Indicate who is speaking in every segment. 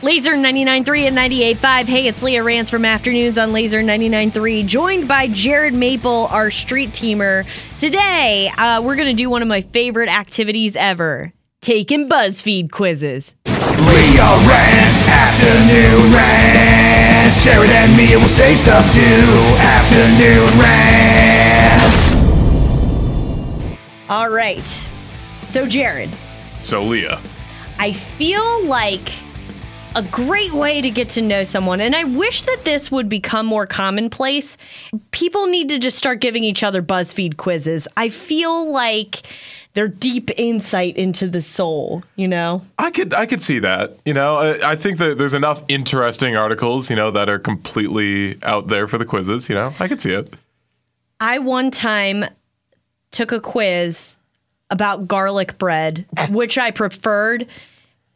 Speaker 1: Laser 99.3 and 98.5. Hey, it's Leah Rance from Afternoons on Laser 99.3, joined by Jared Maple, our street teamer. Today, uh, we're going to do one of my favorite activities ever taking BuzzFeed quizzes.
Speaker 2: Leo Rants, Afternoon Rants. Jared and me will say stuff too. Afternoon Rants.
Speaker 1: All right. So, Jared,
Speaker 3: So Leah,
Speaker 1: I feel like a great way to get to know someone, and I wish that this would become more commonplace. People need to just start giving each other BuzzFeed quizzes. I feel like they're deep insight into the soul, you know?
Speaker 3: I could I could see that. You know, I, I think that there's enough interesting articles, you know, that are completely out there for the quizzes. You know, I could see it.
Speaker 1: I one time took a quiz about garlic bread, which I preferred,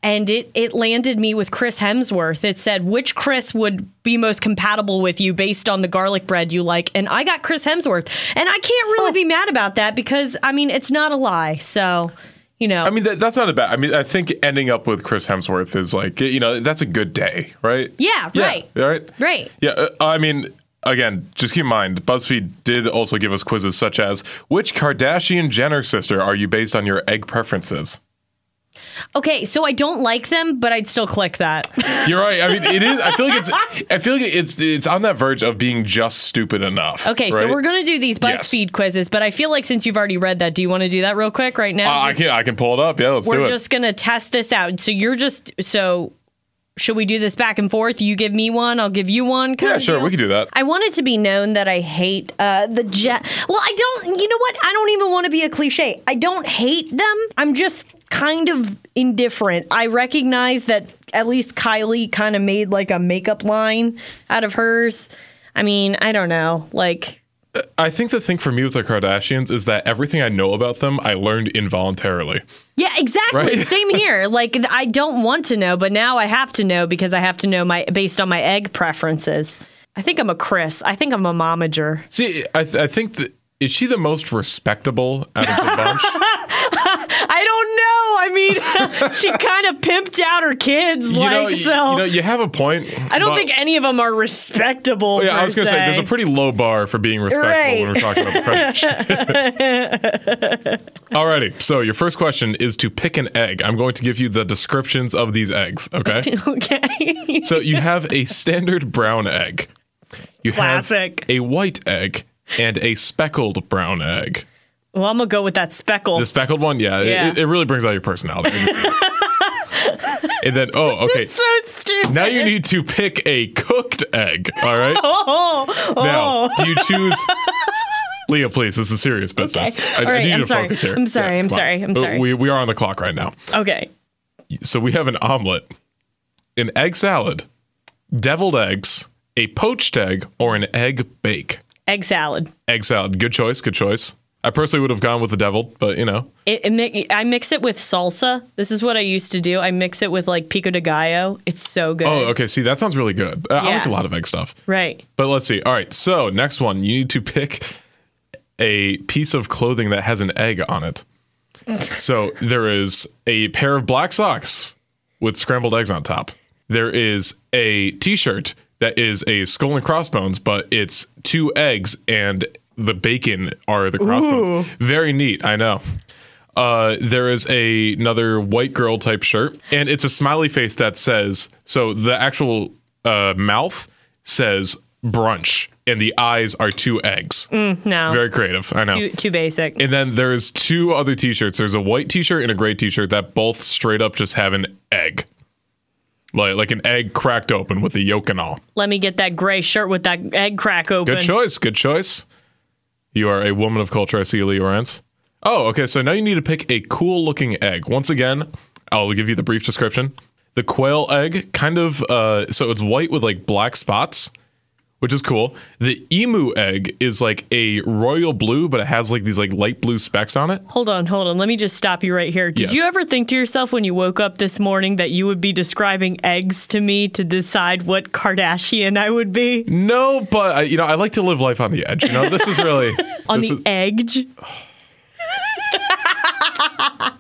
Speaker 1: and it it landed me with Chris Hemsworth. It said which Chris would be most compatible with you based on the garlic bread you like, and I got Chris Hemsworth. And I can't really be mad about that because I mean it's not a lie. So, you know,
Speaker 3: I mean, that, that's not a bad. I mean, I think ending up with Chris Hemsworth is like, you know, that's a good day, right?
Speaker 1: yeah, right.
Speaker 3: Right.
Speaker 1: Right.
Speaker 3: Yeah. uh, I mean. Again, just keep in mind, BuzzFeed did also give us quizzes such as Which Kardashian Jenner sister are you based on your egg preferences?
Speaker 1: Okay, so I don't like them, but I'd still click that.
Speaker 3: You're right. I mean, it is. I feel like it's. I feel like it's. It's on that verge of being just stupid enough.
Speaker 1: Okay, so
Speaker 3: right?
Speaker 1: we're gonna do these
Speaker 3: Yes.
Speaker 1: BuzzFeed quizzes, but I feel like since you've already read that, do you want to do that real quick right now?
Speaker 3: Uh, I
Speaker 1: Just-
Speaker 3: can. I can pull it up. Yeah, let's do
Speaker 1: we're
Speaker 3: it.
Speaker 1: just gonna test this out. So you're just so. Should we do this back and forth? You give me one, I'll give you one. kind
Speaker 3: yeah,
Speaker 1: of
Speaker 3: sure.
Speaker 1: deal?
Speaker 3: We could do that.
Speaker 1: I want it to be known that I hate uh, the jet. Well, I don't. You know what? I don't even want to be a cliche. I don't hate them. I'm just kind of indifferent. I recognize that at least Kylie kind of made like a makeup line out of hers. I mean, I don't know. Like,
Speaker 3: I think the thing for me with the Kardashians is that everything I know about them, I learned involuntarily.
Speaker 1: Yeah, exactly.
Speaker 3: Right?
Speaker 1: Same here. Like th- I don't want to know, but now I have to know because I have to know my based on my egg preferences. I think I'm a Chris. I think I'm a momager.
Speaker 3: See, I, th- I think that is she the most respectable out of the bunch?
Speaker 1: I don't know. I mean, she kind of pimped out her kids,
Speaker 3: you
Speaker 1: like
Speaker 3: know, you,
Speaker 1: so.
Speaker 3: you know, you have a point.
Speaker 1: I don't
Speaker 3: but- Oh,
Speaker 1: think any of them are respectable.
Speaker 3: Yeah, I
Speaker 1: per
Speaker 3: was gonna say there's a
Speaker 1: se.
Speaker 3: pretty low bar for being respectful when
Speaker 1: Right.
Speaker 3: we're talking about the Kardashians. Alrighty, so your first question is to pick an egg. I'm going to give you the descriptions of these eggs. Okay.
Speaker 1: okay.
Speaker 3: So you have a standard brown egg. You
Speaker 1: Classic.
Speaker 3: have a white egg and a speckled brown egg.
Speaker 1: well, I'm gonna go with that speckle.
Speaker 3: The speckled one, yeah, it-
Speaker 1: Yeah.
Speaker 3: It, it really brings out your personality. and then, oh, okay.
Speaker 1: so stupid.
Speaker 3: Now you need to pick a cooked egg. All right.
Speaker 1: Oh, oh.
Speaker 3: Now, do you choose? Leah, please. This is serious business.
Speaker 1: Okay. All right,
Speaker 3: need
Speaker 1: I'm
Speaker 3: you to
Speaker 1: sorry.
Speaker 3: focus here.
Speaker 1: I'm sorry, I'm
Speaker 3: come on.
Speaker 1: sorry, I'm
Speaker 3: Uh,
Speaker 1: sorry.
Speaker 3: We we are on the clock right now.
Speaker 1: okay.
Speaker 3: So we have an omelet, an egg salad, deviled eggs, a poached egg, or an egg bake.
Speaker 1: Egg salad.
Speaker 3: Egg salad. Good choice. Good choice. I personally would have gone with the deviled, but you know,
Speaker 1: It, it mi- I mix it with salsa. This is what I used to do. I mix it with like pico de gallo. It's so good.
Speaker 3: Oh, okay. See, that sounds really good. I I like
Speaker 1: Yeah.
Speaker 3: a lot of egg stuff.
Speaker 1: Right.
Speaker 3: But let's see. All right. So, next one, you need to pick a piece of clothing that has an egg on it. So, there is a pair of black socks with scrambled eggs on top. There is a t shirt that is a skull and crossbones, but it's two eggs and the bacon are the crossbones. Very neat. I know. Uh, there is a, another white girl type shirt, and it's a smiley face that says so. The actual uh, mouth says brunch, and the eyes are two eggs.
Speaker 1: No.
Speaker 3: Very creative, I know.
Speaker 1: too, too basic.
Speaker 3: And then there's two other T-shirts. There's a white T-shirt and a gray T-shirt that both straight up just have an egg, like like an egg cracked open with a yolk and all.
Speaker 1: Let me get that gray shirt with that egg crack open.
Speaker 3: Good choice. Good choice. You are a woman of culture. I see, Lee Lawrence. Oh, okay. So now you need to pick a cool looking egg. Once again, I'll give you the brief description. The quail egg, kind of, uh, so it's white with like black spots, which is cool. The emu egg is like a royal blue, but it has like these like light blue specks on it.
Speaker 1: Hold on, hold on. Let me just stop you right here. Did
Speaker 3: Yes.
Speaker 1: you ever think to yourself when you woke up this morning that you would be describing eggs to me to decide what Kardashian I would be
Speaker 3: No, but I, you know, I like to live life on the edge. You know, this is really
Speaker 1: on
Speaker 3: this
Speaker 1: the
Speaker 3: is-
Speaker 1: edge?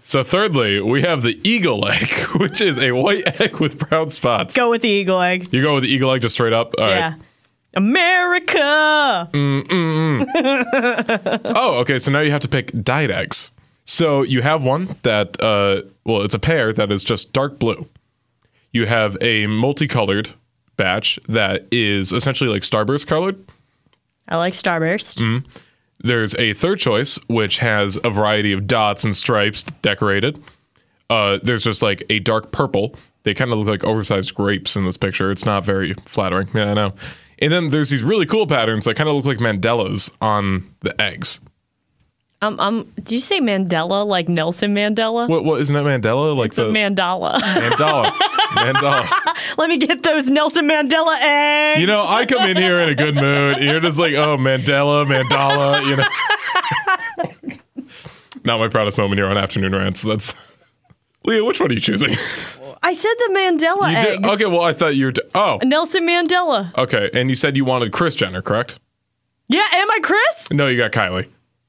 Speaker 3: So, thirdly, we have the eagle egg, which is a white egg with brown spots.
Speaker 1: Go with the eagle egg.
Speaker 3: You go with the eagle egg just straight up. All right. Mm.
Speaker 1: Yeah. America.
Speaker 3: Oh, okay. So now you have to pick dyed eggs. So you have one that, uh, well, it's a pair that is just dark blue. You have a multicolored batch that is essentially like starburst colored.
Speaker 1: I like Starburst.
Speaker 3: Mm. There's a third choice, which has a variety of dots and stripes decorated. Uh, there's just like a dark purple. They kind of look like oversized grapes in this picture. It's not very flattering. Yeah, I know. And then there's these really cool patterns that kind of look like Mandelas on the eggs.
Speaker 1: Um, um, did you say Mandela like Nelson Mandela?
Speaker 3: What? What isn't that Mandela? Like
Speaker 1: It's a
Speaker 3: the
Speaker 1: mandala.
Speaker 3: Mandela. Mandela.
Speaker 1: Let me get those Nelson Mandela eggs.
Speaker 3: You know, I come in here in a good mood. and You're just like, oh, Mandela, Mandala. You know. Not my proudest moment here on afternoon rants. That's. Leah, which one are you choosing?
Speaker 1: I said the Mandela
Speaker 3: You
Speaker 1: egg.
Speaker 3: did- okay, well, I thought you were. d oh,
Speaker 1: Nelson Mandela.
Speaker 3: okay. And you said you wanted Chris Jenner, correct?
Speaker 1: Yeah, am I Chris?
Speaker 3: No, you got Kylie.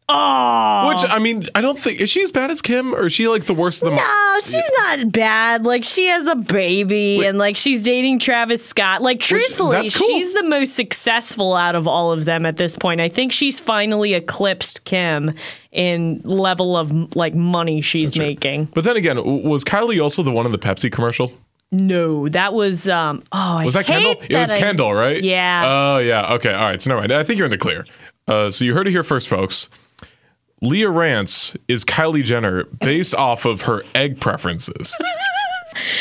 Speaker 1: Oh.
Speaker 3: Which I mean, I don't think is she as bad as Kim, or is she like the worst of them? all?
Speaker 1: No, she's not bad. Like she has a baby and like she's dating Travis Scott. Like truthfully,
Speaker 3: that's cool.
Speaker 1: she's the most successful out of all of them at this point. I think she's finally eclipsed Kim in level of like money she's making.
Speaker 3: But then again, w- was Kylie also the one in the Pepsi commercial?
Speaker 1: No, that was um oh I
Speaker 3: Was that Kendall?
Speaker 1: hate
Speaker 3: It was
Speaker 1: that I-
Speaker 3: Kendall, right?
Speaker 1: Yeah.
Speaker 3: Oh, yeah. Okay. All right. So, never mind. I think you're in the clear. Uh, so, you heard it here first, folks. Leah Rance is Kylie Jenner based off of her egg preferences.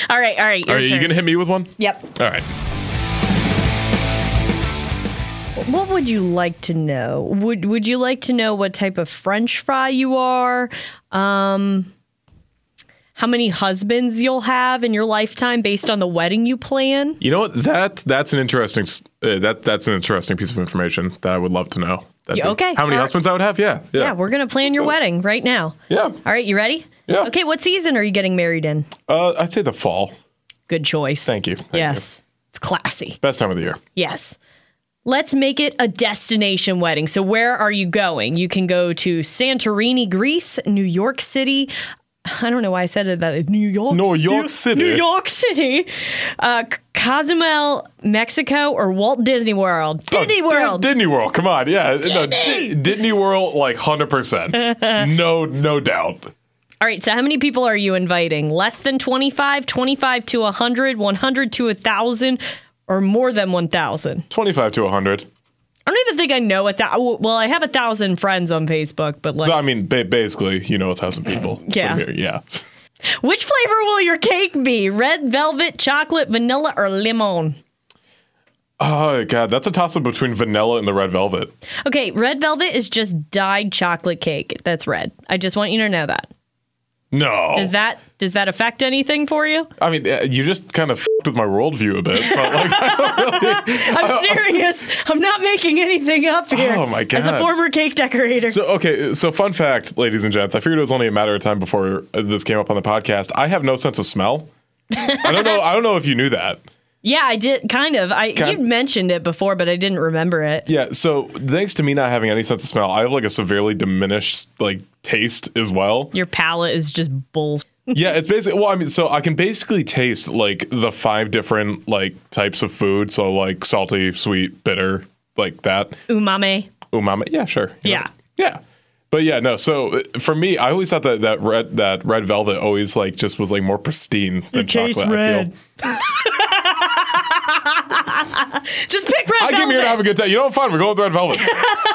Speaker 1: All right, all right. Your
Speaker 3: Are you
Speaker 1: turn.
Speaker 3: going to hit me with one?
Speaker 1: Yep.
Speaker 3: All right.
Speaker 1: What would you like to know? Would Would you like to know what type of French fry you are? Um, how many husbands you'll have in your lifetime based on the wedding you plan?
Speaker 3: You know what? That that's an interesting s- uh, that that's an interesting piece of information that I would love to know. That'd
Speaker 1: Yeah,
Speaker 3: be-
Speaker 1: okay.
Speaker 3: How many
Speaker 1: All right.
Speaker 3: husbands I would have? Yeah.
Speaker 1: Yeah,
Speaker 3: Yeah.
Speaker 1: we're gonna plan your wedding right now.
Speaker 3: Yeah.
Speaker 1: All right, you ready?
Speaker 3: Yeah.
Speaker 1: Okay, what season are you getting married in?
Speaker 3: Uh, I'd say the fall.
Speaker 1: Good choice.
Speaker 3: Thank you. Thank you.
Speaker 1: yes, it's classy.
Speaker 3: Best time of the year.
Speaker 1: Yes. Let's make it a destination wedding. So, where are you going? You can go to Santorini, Greece, New York City. I don't know why I said it that New York,
Speaker 3: New York
Speaker 1: Ci-
Speaker 3: City.
Speaker 1: New York City, uh, C- Cozumel, Mexico, or Walt Disney World. Disney
Speaker 3: Oh, Di-
Speaker 1: World.
Speaker 3: Disney World. Come on. Yeah. No, Di- Disney World like 100%. no no doubt.
Speaker 1: All right, so how many people are you inviting? Less than 25, 25 to 100, 100 to 1,000, or more than 1,000?
Speaker 3: 25 to 100.
Speaker 1: I don't even think I know a thousand. Well, I have a thousand friends on Facebook, but like.
Speaker 3: So I mean, ba- basically, you know, a thousand people.
Speaker 1: Yeah.
Speaker 3: from here. yeah.
Speaker 1: Which flavor will your cake be? Red velvet, chocolate, vanilla, or lemon?
Speaker 3: Oh god, that's a toss up between vanilla and the red velvet.
Speaker 1: Okay, red velvet is just dyed chocolate cake. That's red. I just want you to know that.
Speaker 3: No,
Speaker 1: Does that does that affect anything for you?
Speaker 3: I mean, uh, you just kind of fed with my worldview a bit. But like,
Speaker 1: I'm serious. I'm not making anything up here.
Speaker 3: Oh, my
Speaker 1: As a
Speaker 3: God.
Speaker 1: former cake decorator.
Speaker 3: so okay, so fun fact, ladies and gents, I figured it was only a matter of time before uh, this came up on the podcast. I have no sense of smell. I don't know. I don't know if you knew that.
Speaker 1: yeah, I did kind of. I
Speaker 3: Kind-
Speaker 1: you mentioned it before, but I didn't remember it.
Speaker 3: Yeah. So thanks to me not having any sense of smell, I have like a severely diminished like taste as well.
Speaker 1: Your palate is just bull.
Speaker 3: yeah, it's basically well, I mean, so I can basically taste like the five different like types of food. So like salty, sweet, bitter, like that.
Speaker 1: Umame.
Speaker 3: Umami. Yeah, sure. You
Speaker 1: Yeah.
Speaker 3: know. Yeah. But yeah, no. So uh, for me, I always thought that that red that red velvet always like just was like more pristine than chocolate.
Speaker 1: tastes
Speaker 3: I feel.
Speaker 1: red. Just pick red
Speaker 3: I came here
Speaker 1: velvet.
Speaker 3: to have a good time. You know what? Fine, we're going with red velvet.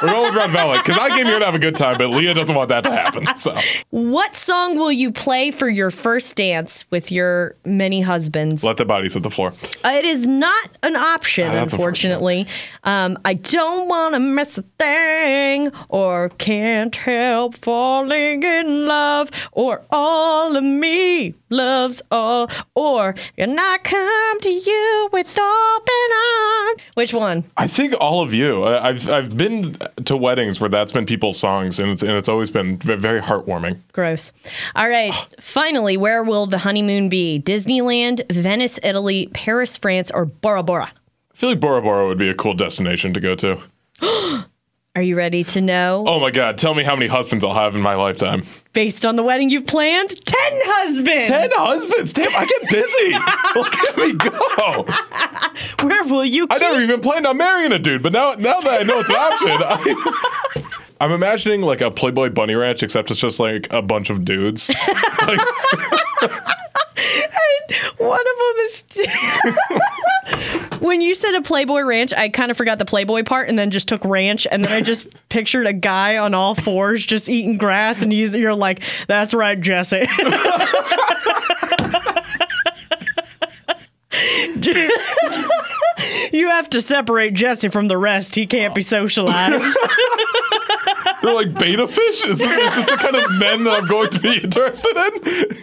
Speaker 3: we're going with red velvet because I came here to have a good time, but Leah doesn't want that to happen. So
Speaker 1: What song will you play for your first dance with your many husbands?
Speaker 3: let the bodies hit the floor.
Speaker 1: Uh, it is not an option,
Speaker 3: that's
Speaker 1: unfortunately. Um, I don't want to miss a thing, or can't help falling in love, or all of me loves all, or and I come to you with open arms. Which one?
Speaker 3: I think all of you. I, I've I've been to weddings where that's been people's songs, and it's and it's always been ve- very heartwarming.
Speaker 1: Gross. All right. Finally, where will the honeymoon be? Disneyland, Venice, Italy, Paris, France, or Bora Bora?
Speaker 3: I feel like Bora Bora would be a cool destination to go to.
Speaker 1: Are you ready to know?
Speaker 3: Oh my God! Tell me how many husbands I'll have in my lifetime.
Speaker 1: Based on the wedding you've planned, 10 husbands.
Speaker 3: Ten husbands. Damn, I get busy. Look at me go.
Speaker 1: Where will you
Speaker 3: I
Speaker 1: keep?
Speaker 3: never even planned on marrying a dude, but now now that I know it's an option, I, I'm imagining like a Playboy bunny ranch, except it's just like a bunch of dudes. Like,
Speaker 1: One of them is. when you said a Playboy ranch, I kind of forgot the Playboy part and then just took ranch. And then I just pictured a guy on all fours just eating grass. And he's, you're like, that's right, Jesse. you have to separate Jesse from the rest. He can't be socialized.
Speaker 3: they're like beta fish. Is, is this the kind of men that I'm going to be interested in?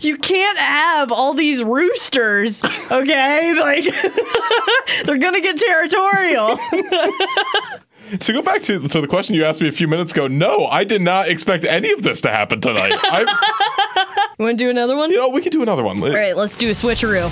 Speaker 1: you can't have all these roosters, okay? Like, they're going to get territorial.
Speaker 3: So go back to, to the question you asked me a few minutes ago. No, I did not expect any of this to happen tonight. I,
Speaker 1: You want to do another one?
Speaker 3: you know, we could do another one.
Speaker 1: All right, let's do a switcheroo.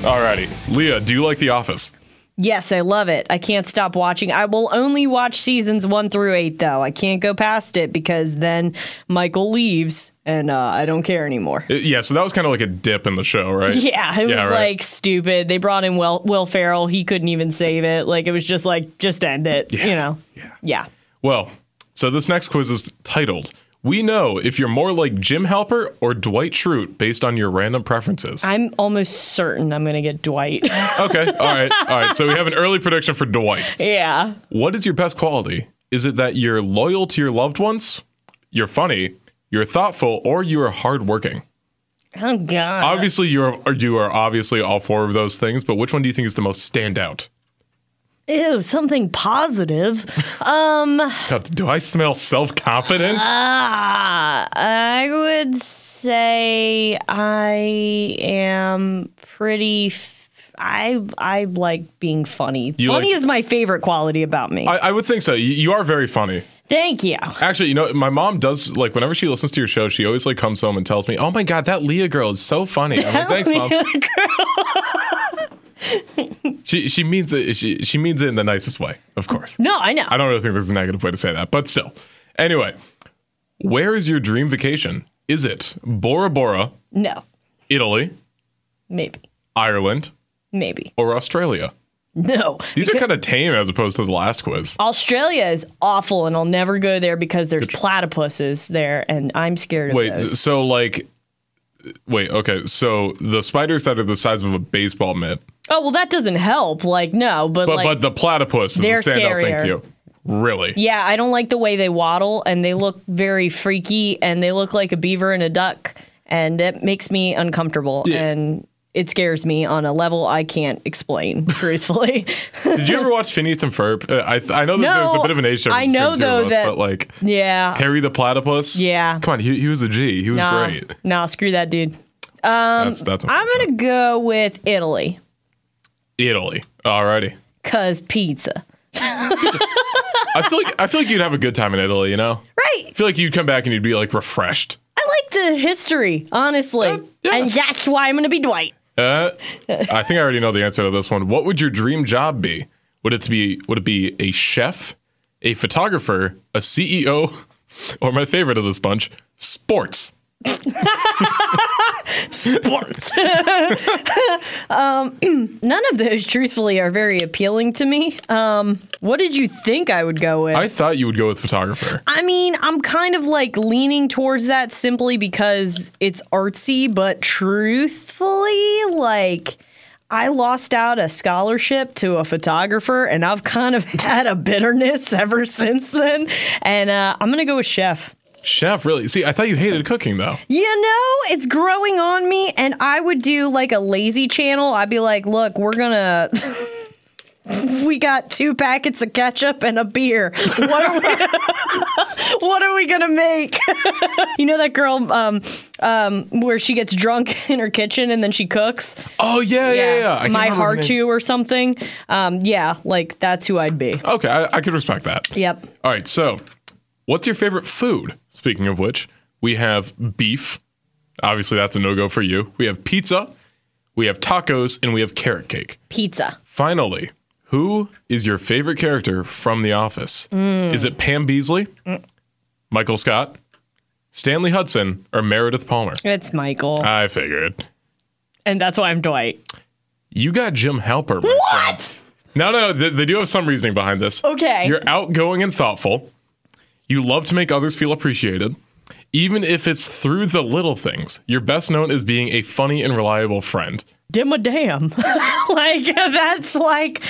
Speaker 3: Alrighty, Leah, do you like The Office?
Speaker 1: Yes, I love it. I can't stop watching. I will only watch seasons one through eight, though. I can't go past it because then Michael leaves and uh, I don't care anymore.
Speaker 3: Uh, Yeah, so that was kind of like a dip in the show, right?
Speaker 1: Yeah, it was
Speaker 3: Yeah, right.
Speaker 1: like stupid. They brought in Will, Will Ferrell. He couldn't even save it. Like, it was just like, just end it, you know?
Speaker 3: Yeah.
Speaker 1: Yeah.
Speaker 3: Well, so this next quiz is titled "We Know If You're More Like Jim Halper or Dwight Schrute Based on Your Random Preferences."
Speaker 1: I'm almost certain I'm going to get Dwight.
Speaker 3: okay, all right, all right. So we have an early prediction for Dwight.
Speaker 1: yeah.
Speaker 3: What is your best quality? Is it that you're loyal to your loved ones, you're funny, you're thoughtful, or you are hardworking?
Speaker 1: Oh, God.
Speaker 3: Obviously, you are you are obviously all four of those things. But which one do you think is the most standout?
Speaker 1: Ew, something positive.
Speaker 3: God, do I smell self confidence?
Speaker 1: Uh. Ah, I would say I am pretty. F- I I like being funny.
Speaker 3: You
Speaker 1: funny
Speaker 3: like-
Speaker 1: is my favorite quality about me.
Speaker 3: I, I would think so. You, you are very funny.
Speaker 1: Thank you.
Speaker 3: Actually, you know, my mom does like whenever she listens to your show, she always like comes home and tells me, "Oh my god, that Leah girl is so funny." I'm like, "Thanks, mom." she she means it. She she means it in the nicest way, of course.
Speaker 1: No, I know.
Speaker 3: I don't really think there's a negative way to say that, but still. Anyway, where is your dream vacation? Is it Bora Bora,
Speaker 1: no,
Speaker 3: Italy,
Speaker 1: maybe,
Speaker 3: Ireland,
Speaker 1: maybe
Speaker 3: or Australia?
Speaker 1: no.
Speaker 3: These are kind of tame as opposed to the last quiz.
Speaker 1: Oh, Australia is awful, and I'll never go there because there's platypuses there, and I'm scared of
Speaker 3: Wait,
Speaker 1: those.
Speaker 3: so like, wait, okay, so the spiders that are the size of a baseball mitt.
Speaker 1: oh well, that doesn't help. Like no, but,
Speaker 3: But
Speaker 1: like
Speaker 3: but the platypus is a
Speaker 1: They're
Speaker 3: standout thing
Speaker 1: scarier.
Speaker 3: to you. Really?
Speaker 1: Yeah, I don't like the way they waddle and they look very freaky and they look like a beaver and a duck and it makes me uncomfortable
Speaker 3: Yeah.
Speaker 1: and it scares me on a level I can't explain truthfully.
Speaker 3: Did you ever watch Phineas and Ferb? Uh, I th- I know that
Speaker 1: No,
Speaker 3: there's a bit of an age difference
Speaker 1: I know,
Speaker 3: between the two
Speaker 1: though,
Speaker 3: of us,
Speaker 1: that-
Speaker 3: but like
Speaker 1: yeah.
Speaker 3: Harry the platypus.
Speaker 1: Yeah.
Speaker 3: Come on, he, he was a G. He was
Speaker 1: nah,
Speaker 3: great.
Speaker 1: nah, screw that dude.
Speaker 3: that's that's
Speaker 1: I'm going to go with Italy
Speaker 3: Italy. Alrighty.
Speaker 1: cuz pizza.
Speaker 3: I feel like I feel like you'd have a good time in Italy. You know.
Speaker 1: Right.
Speaker 3: I feel like you'd come back and you'd be like refreshed.
Speaker 1: I like the history, honestly.
Speaker 3: Uh, yeah.
Speaker 1: And that's why I'm going to be Dwight.
Speaker 3: Uh, I think I already know the answer to this one. What would your dream job be? Would it be would it be a chef, a photographer, a CEO, or my favorite of this bunch, sports?
Speaker 1: Sports. um, none of those, truthfully, are very appealing to me. Um, what did you think I would go with?
Speaker 3: I thought you would go with photographer.
Speaker 1: I mean, I'm kind of like leaning towards that simply because it's artsy, but truthfully, like I lost out a scholarship to a photographer and I've kind of had a bitterness ever since then. And uh, I'm going to go with chef.
Speaker 3: Chef, really? See, I thought you hated cooking though.
Speaker 1: You know, it's growing on me, and I would do like a lazy channel. I'd be like, look, we're gonna. we got two packets of ketchup and a beer. What are we, what are we gonna make? you know that girl um, um, where she gets drunk in her kitchen and then she cooks?
Speaker 3: Oh yeah, yeah, yeah. I can't
Speaker 1: My
Speaker 3: remember her
Speaker 1: heart
Speaker 3: name.
Speaker 1: you or something. Um, yeah, like that's who I'd be.
Speaker 3: Okay, I, I could respect that.
Speaker 1: Yep.
Speaker 3: All right, so what's your favorite food? Speaking of which, we have beef. Obviously, that's a no go for you. We have pizza, we have tacos, and we have carrot cake.
Speaker 1: Pizza.
Speaker 3: Finally, who is your favorite character from The Office? Is it Pam Beasley, Michael Scott, Stanley Hudson, or Meredith Palmer?
Speaker 1: It's Michael.
Speaker 3: I figured.
Speaker 1: and that's why I'm Dwight.
Speaker 3: You got Jim Halper. my friend. No, no, they, they do have some reasoning behind this.
Speaker 1: Okay.
Speaker 3: You're outgoing and thoughtful. You love to make others feel appreciated, even if it's through the little things. You're best known as being a funny and reliable friend.
Speaker 1: Dim a damn. like that's like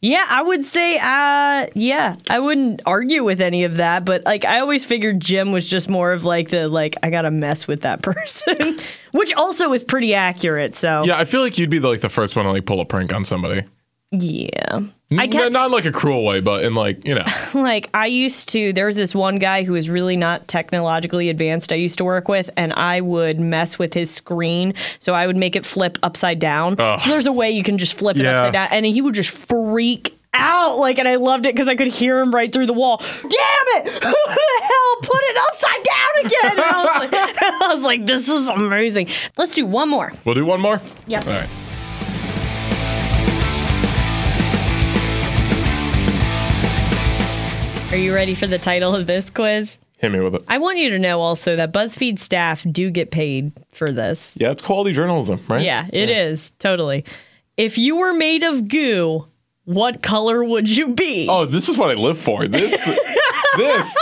Speaker 1: yeah, I would say uh yeah, I wouldn't argue with any of that, but like I always figured Jim was just more of like the like I gotta mess with that person. Which also is pretty accurate, so
Speaker 3: Yeah, I feel like you'd be the, like the first one to like pull a prank on somebody.
Speaker 1: yeah. I
Speaker 3: N-
Speaker 1: kept
Speaker 3: not in like a cruel way, but in like you know.
Speaker 1: like I used to there was this one guy who was really not technologically advanced I used to work with and I would mess with his screen so I would make it flip upside down. So there's a way you can just flip it
Speaker 3: Yeah.
Speaker 1: upside down and he would just freak out like and I loved it cuz I could hear him right through the wall. Damn it. Who the hell put it upside down again? And I was like I was like this is amazing. Let's do one more.
Speaker 3: We'll do one more.
Speaker 1: Yep.
Speaker 3: All right.
Speaker 1: Are you ready for the title of this quiz?
Speaker 3: Hit me with it.
Speaker 1: I want you to know also that BuzzFeed staff do get paid for this.
Speaker 3: Yeah, it's quality journalism, right?
Speaker 1: Yeah, it is totally. If you were made of goo, what color would you be?
Speaker 3: Oh, this is what I live for. This, this,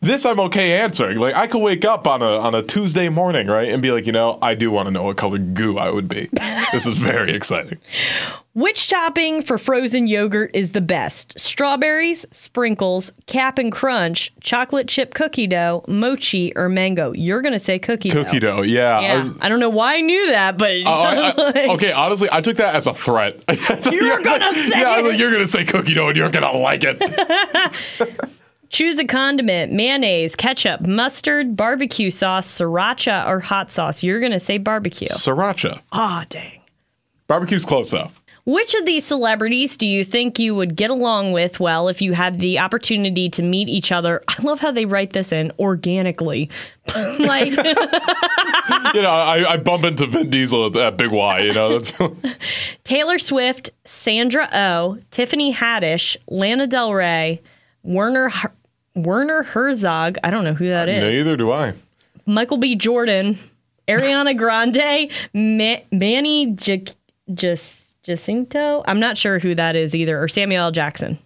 Speaker 3: this. I'm okay answering. Like I could wake up on a on a Tuesday morning, right, and be like, you know, I do want to know what color goo I would be. this is very exciting.
Speaker 1: Which topping for frozen yogurt is the best? Strawberries, sprinkles, cap and crunch, chocolate chip cookie dough, mochi, or mango? You're gonna say cookie,
Speaker 3: Cookie
Speaker 1: dough.
Speaker 3: dough. Yeah.
Speaker 1: Yeah, I, don't know why I knew that, but
Speaker 3: I- I- I- okay, honestly, I took that as a threat.
Speaker 1: you're gonna say
Speaker 3: yeah, I
Speaker 1: it.
Speaker 3: was like, you're gonna say cookie dough, and you're gonna like it.
Speaker 1: Choose a condiment: mayonnaise, ketchup, mustard, barbecue sauce, sriracha, or hot sauce. You're gonna say barbecue.
Speaker 3: Sriracha.
Speaker 1: Ah, dang.
Speaker 3: Barbecue's close though.
Speaker 1: Which of these celebrities do you think you would get along with well if you had the opportunity to meet each other? I love how they write this in organically. like
Speaker 3: You know, I, I bump into Vin Diesel at that Big Y. You know, that's
Speaker 1: Taylor Swift, Sandra Oh, Tiffany Haddish, Lana Del Rey, Werner Her- Werner Herzog, I don't know who that is.
Speaker 3: Uh, neither do I.
Speaker 1: Michael B. Jordan, Ariana Grande, Ma- Manny Jac- Jac- Jacinto. I'm not sure who that is either, or Samuel L. Jackson.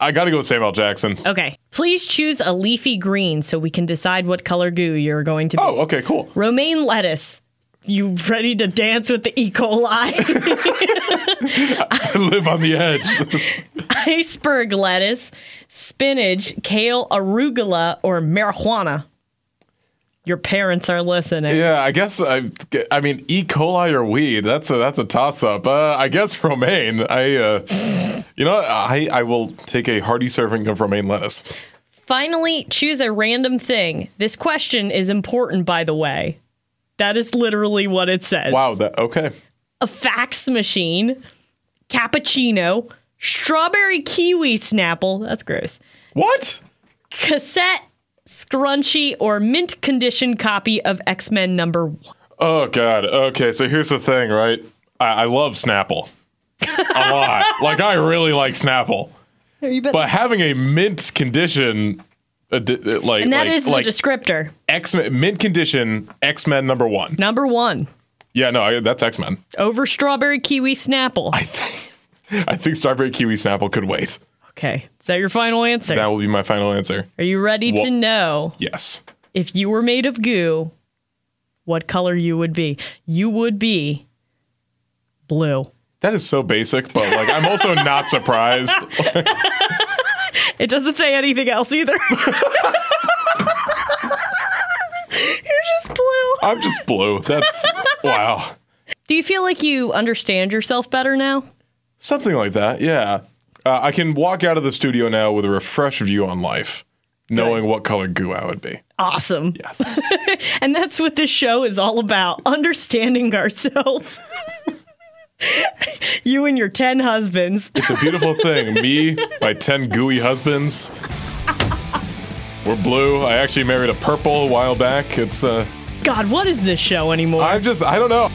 Speaker 3: I gotta go with Samuel Jackson.
Speaker 1: Okay. Please choose a leafy green so we can decide what color goo you're going to be.
Speaker 3: Oh, okay, cool.
Speaker 1: Romaine lettuce. You ready to dance with the E. coli?
Speaker 3: I live on the edge.
Speaker 1: Iceberg lettuce, spinach, kale, arugula, or marijuana? Your parents are listening.
Speaker 3: Yeah, I guess I. I mean, E. coli or weed. That's a that's a toss up. Uh, I guess romaine. I. Uh, you know, what? I I will take a hearty serving of romaine lettuce.
Speaker 1: Finally, choose a random thing. This question is important, by the way. That is literally what it says.
Speaker 3: Wow. That okay.
Speaker 1: a fax machine, cappuccino, strawberry kiwi snapple, that's gross,
Speaker 3: What?
Speaker 1: cassette, scrunchie, or mint condition copy of X Men number one.
Speaker 3: Oh God. Okay. So here's the thing, right? I, I love Snapple a lot. like I really like Snapple. But having a mint condition, uh, d- uh, like
Speaker 1: And that
Speaker 3: like,
Speaker 1: is
Speaker 3: like
Speaker 1: the descriptor.
Speaker 3: X Men mint condition X Men number one.
Speaker 1: Number one,
Speaker 3: Yeah, no, I, that's X Men.
Speaker 1: over strawberry kiwi snapple.
Speaker 3: I think I think strawberry kiwi snapple could wait.
Speaker 1: Okay, is that your final answer?
Speaker 3: That will be my final answer.
Speaker 1: Are you ready
Speaker 3: Wha-
Speaker 1: to know
Speaker 3: Yes.
Speaker 1: if you were made of goo, what color you would be? You would be blue.
Speaker 3: That is so basic, but like I'm also not surprised.
Speaker 1: It doesn't say anything else either. You're just blue.
Speaker 3: I'm just blue. That's wow.
Speaker 1: Do you feel like you understand yourself better now?
Speaker 3: Something like that. Yeah. Uh, I can walk out of the studio now with a refreshed view on life, knowing what color goo I would be.
Speaker 1: Awesome.
Speaker 3: Yes.
Speaker 1: And that's what this show is all about understanding ourselves. you and your 10 husbands.
Speaker 3: It's a beautiful thing. Me, my 10 gooey husbands. We're blue. I actually married a purple a while back. It's uh
Speaker 1: God, what is this show anymore?
Speaker 3: I'm just I don't know.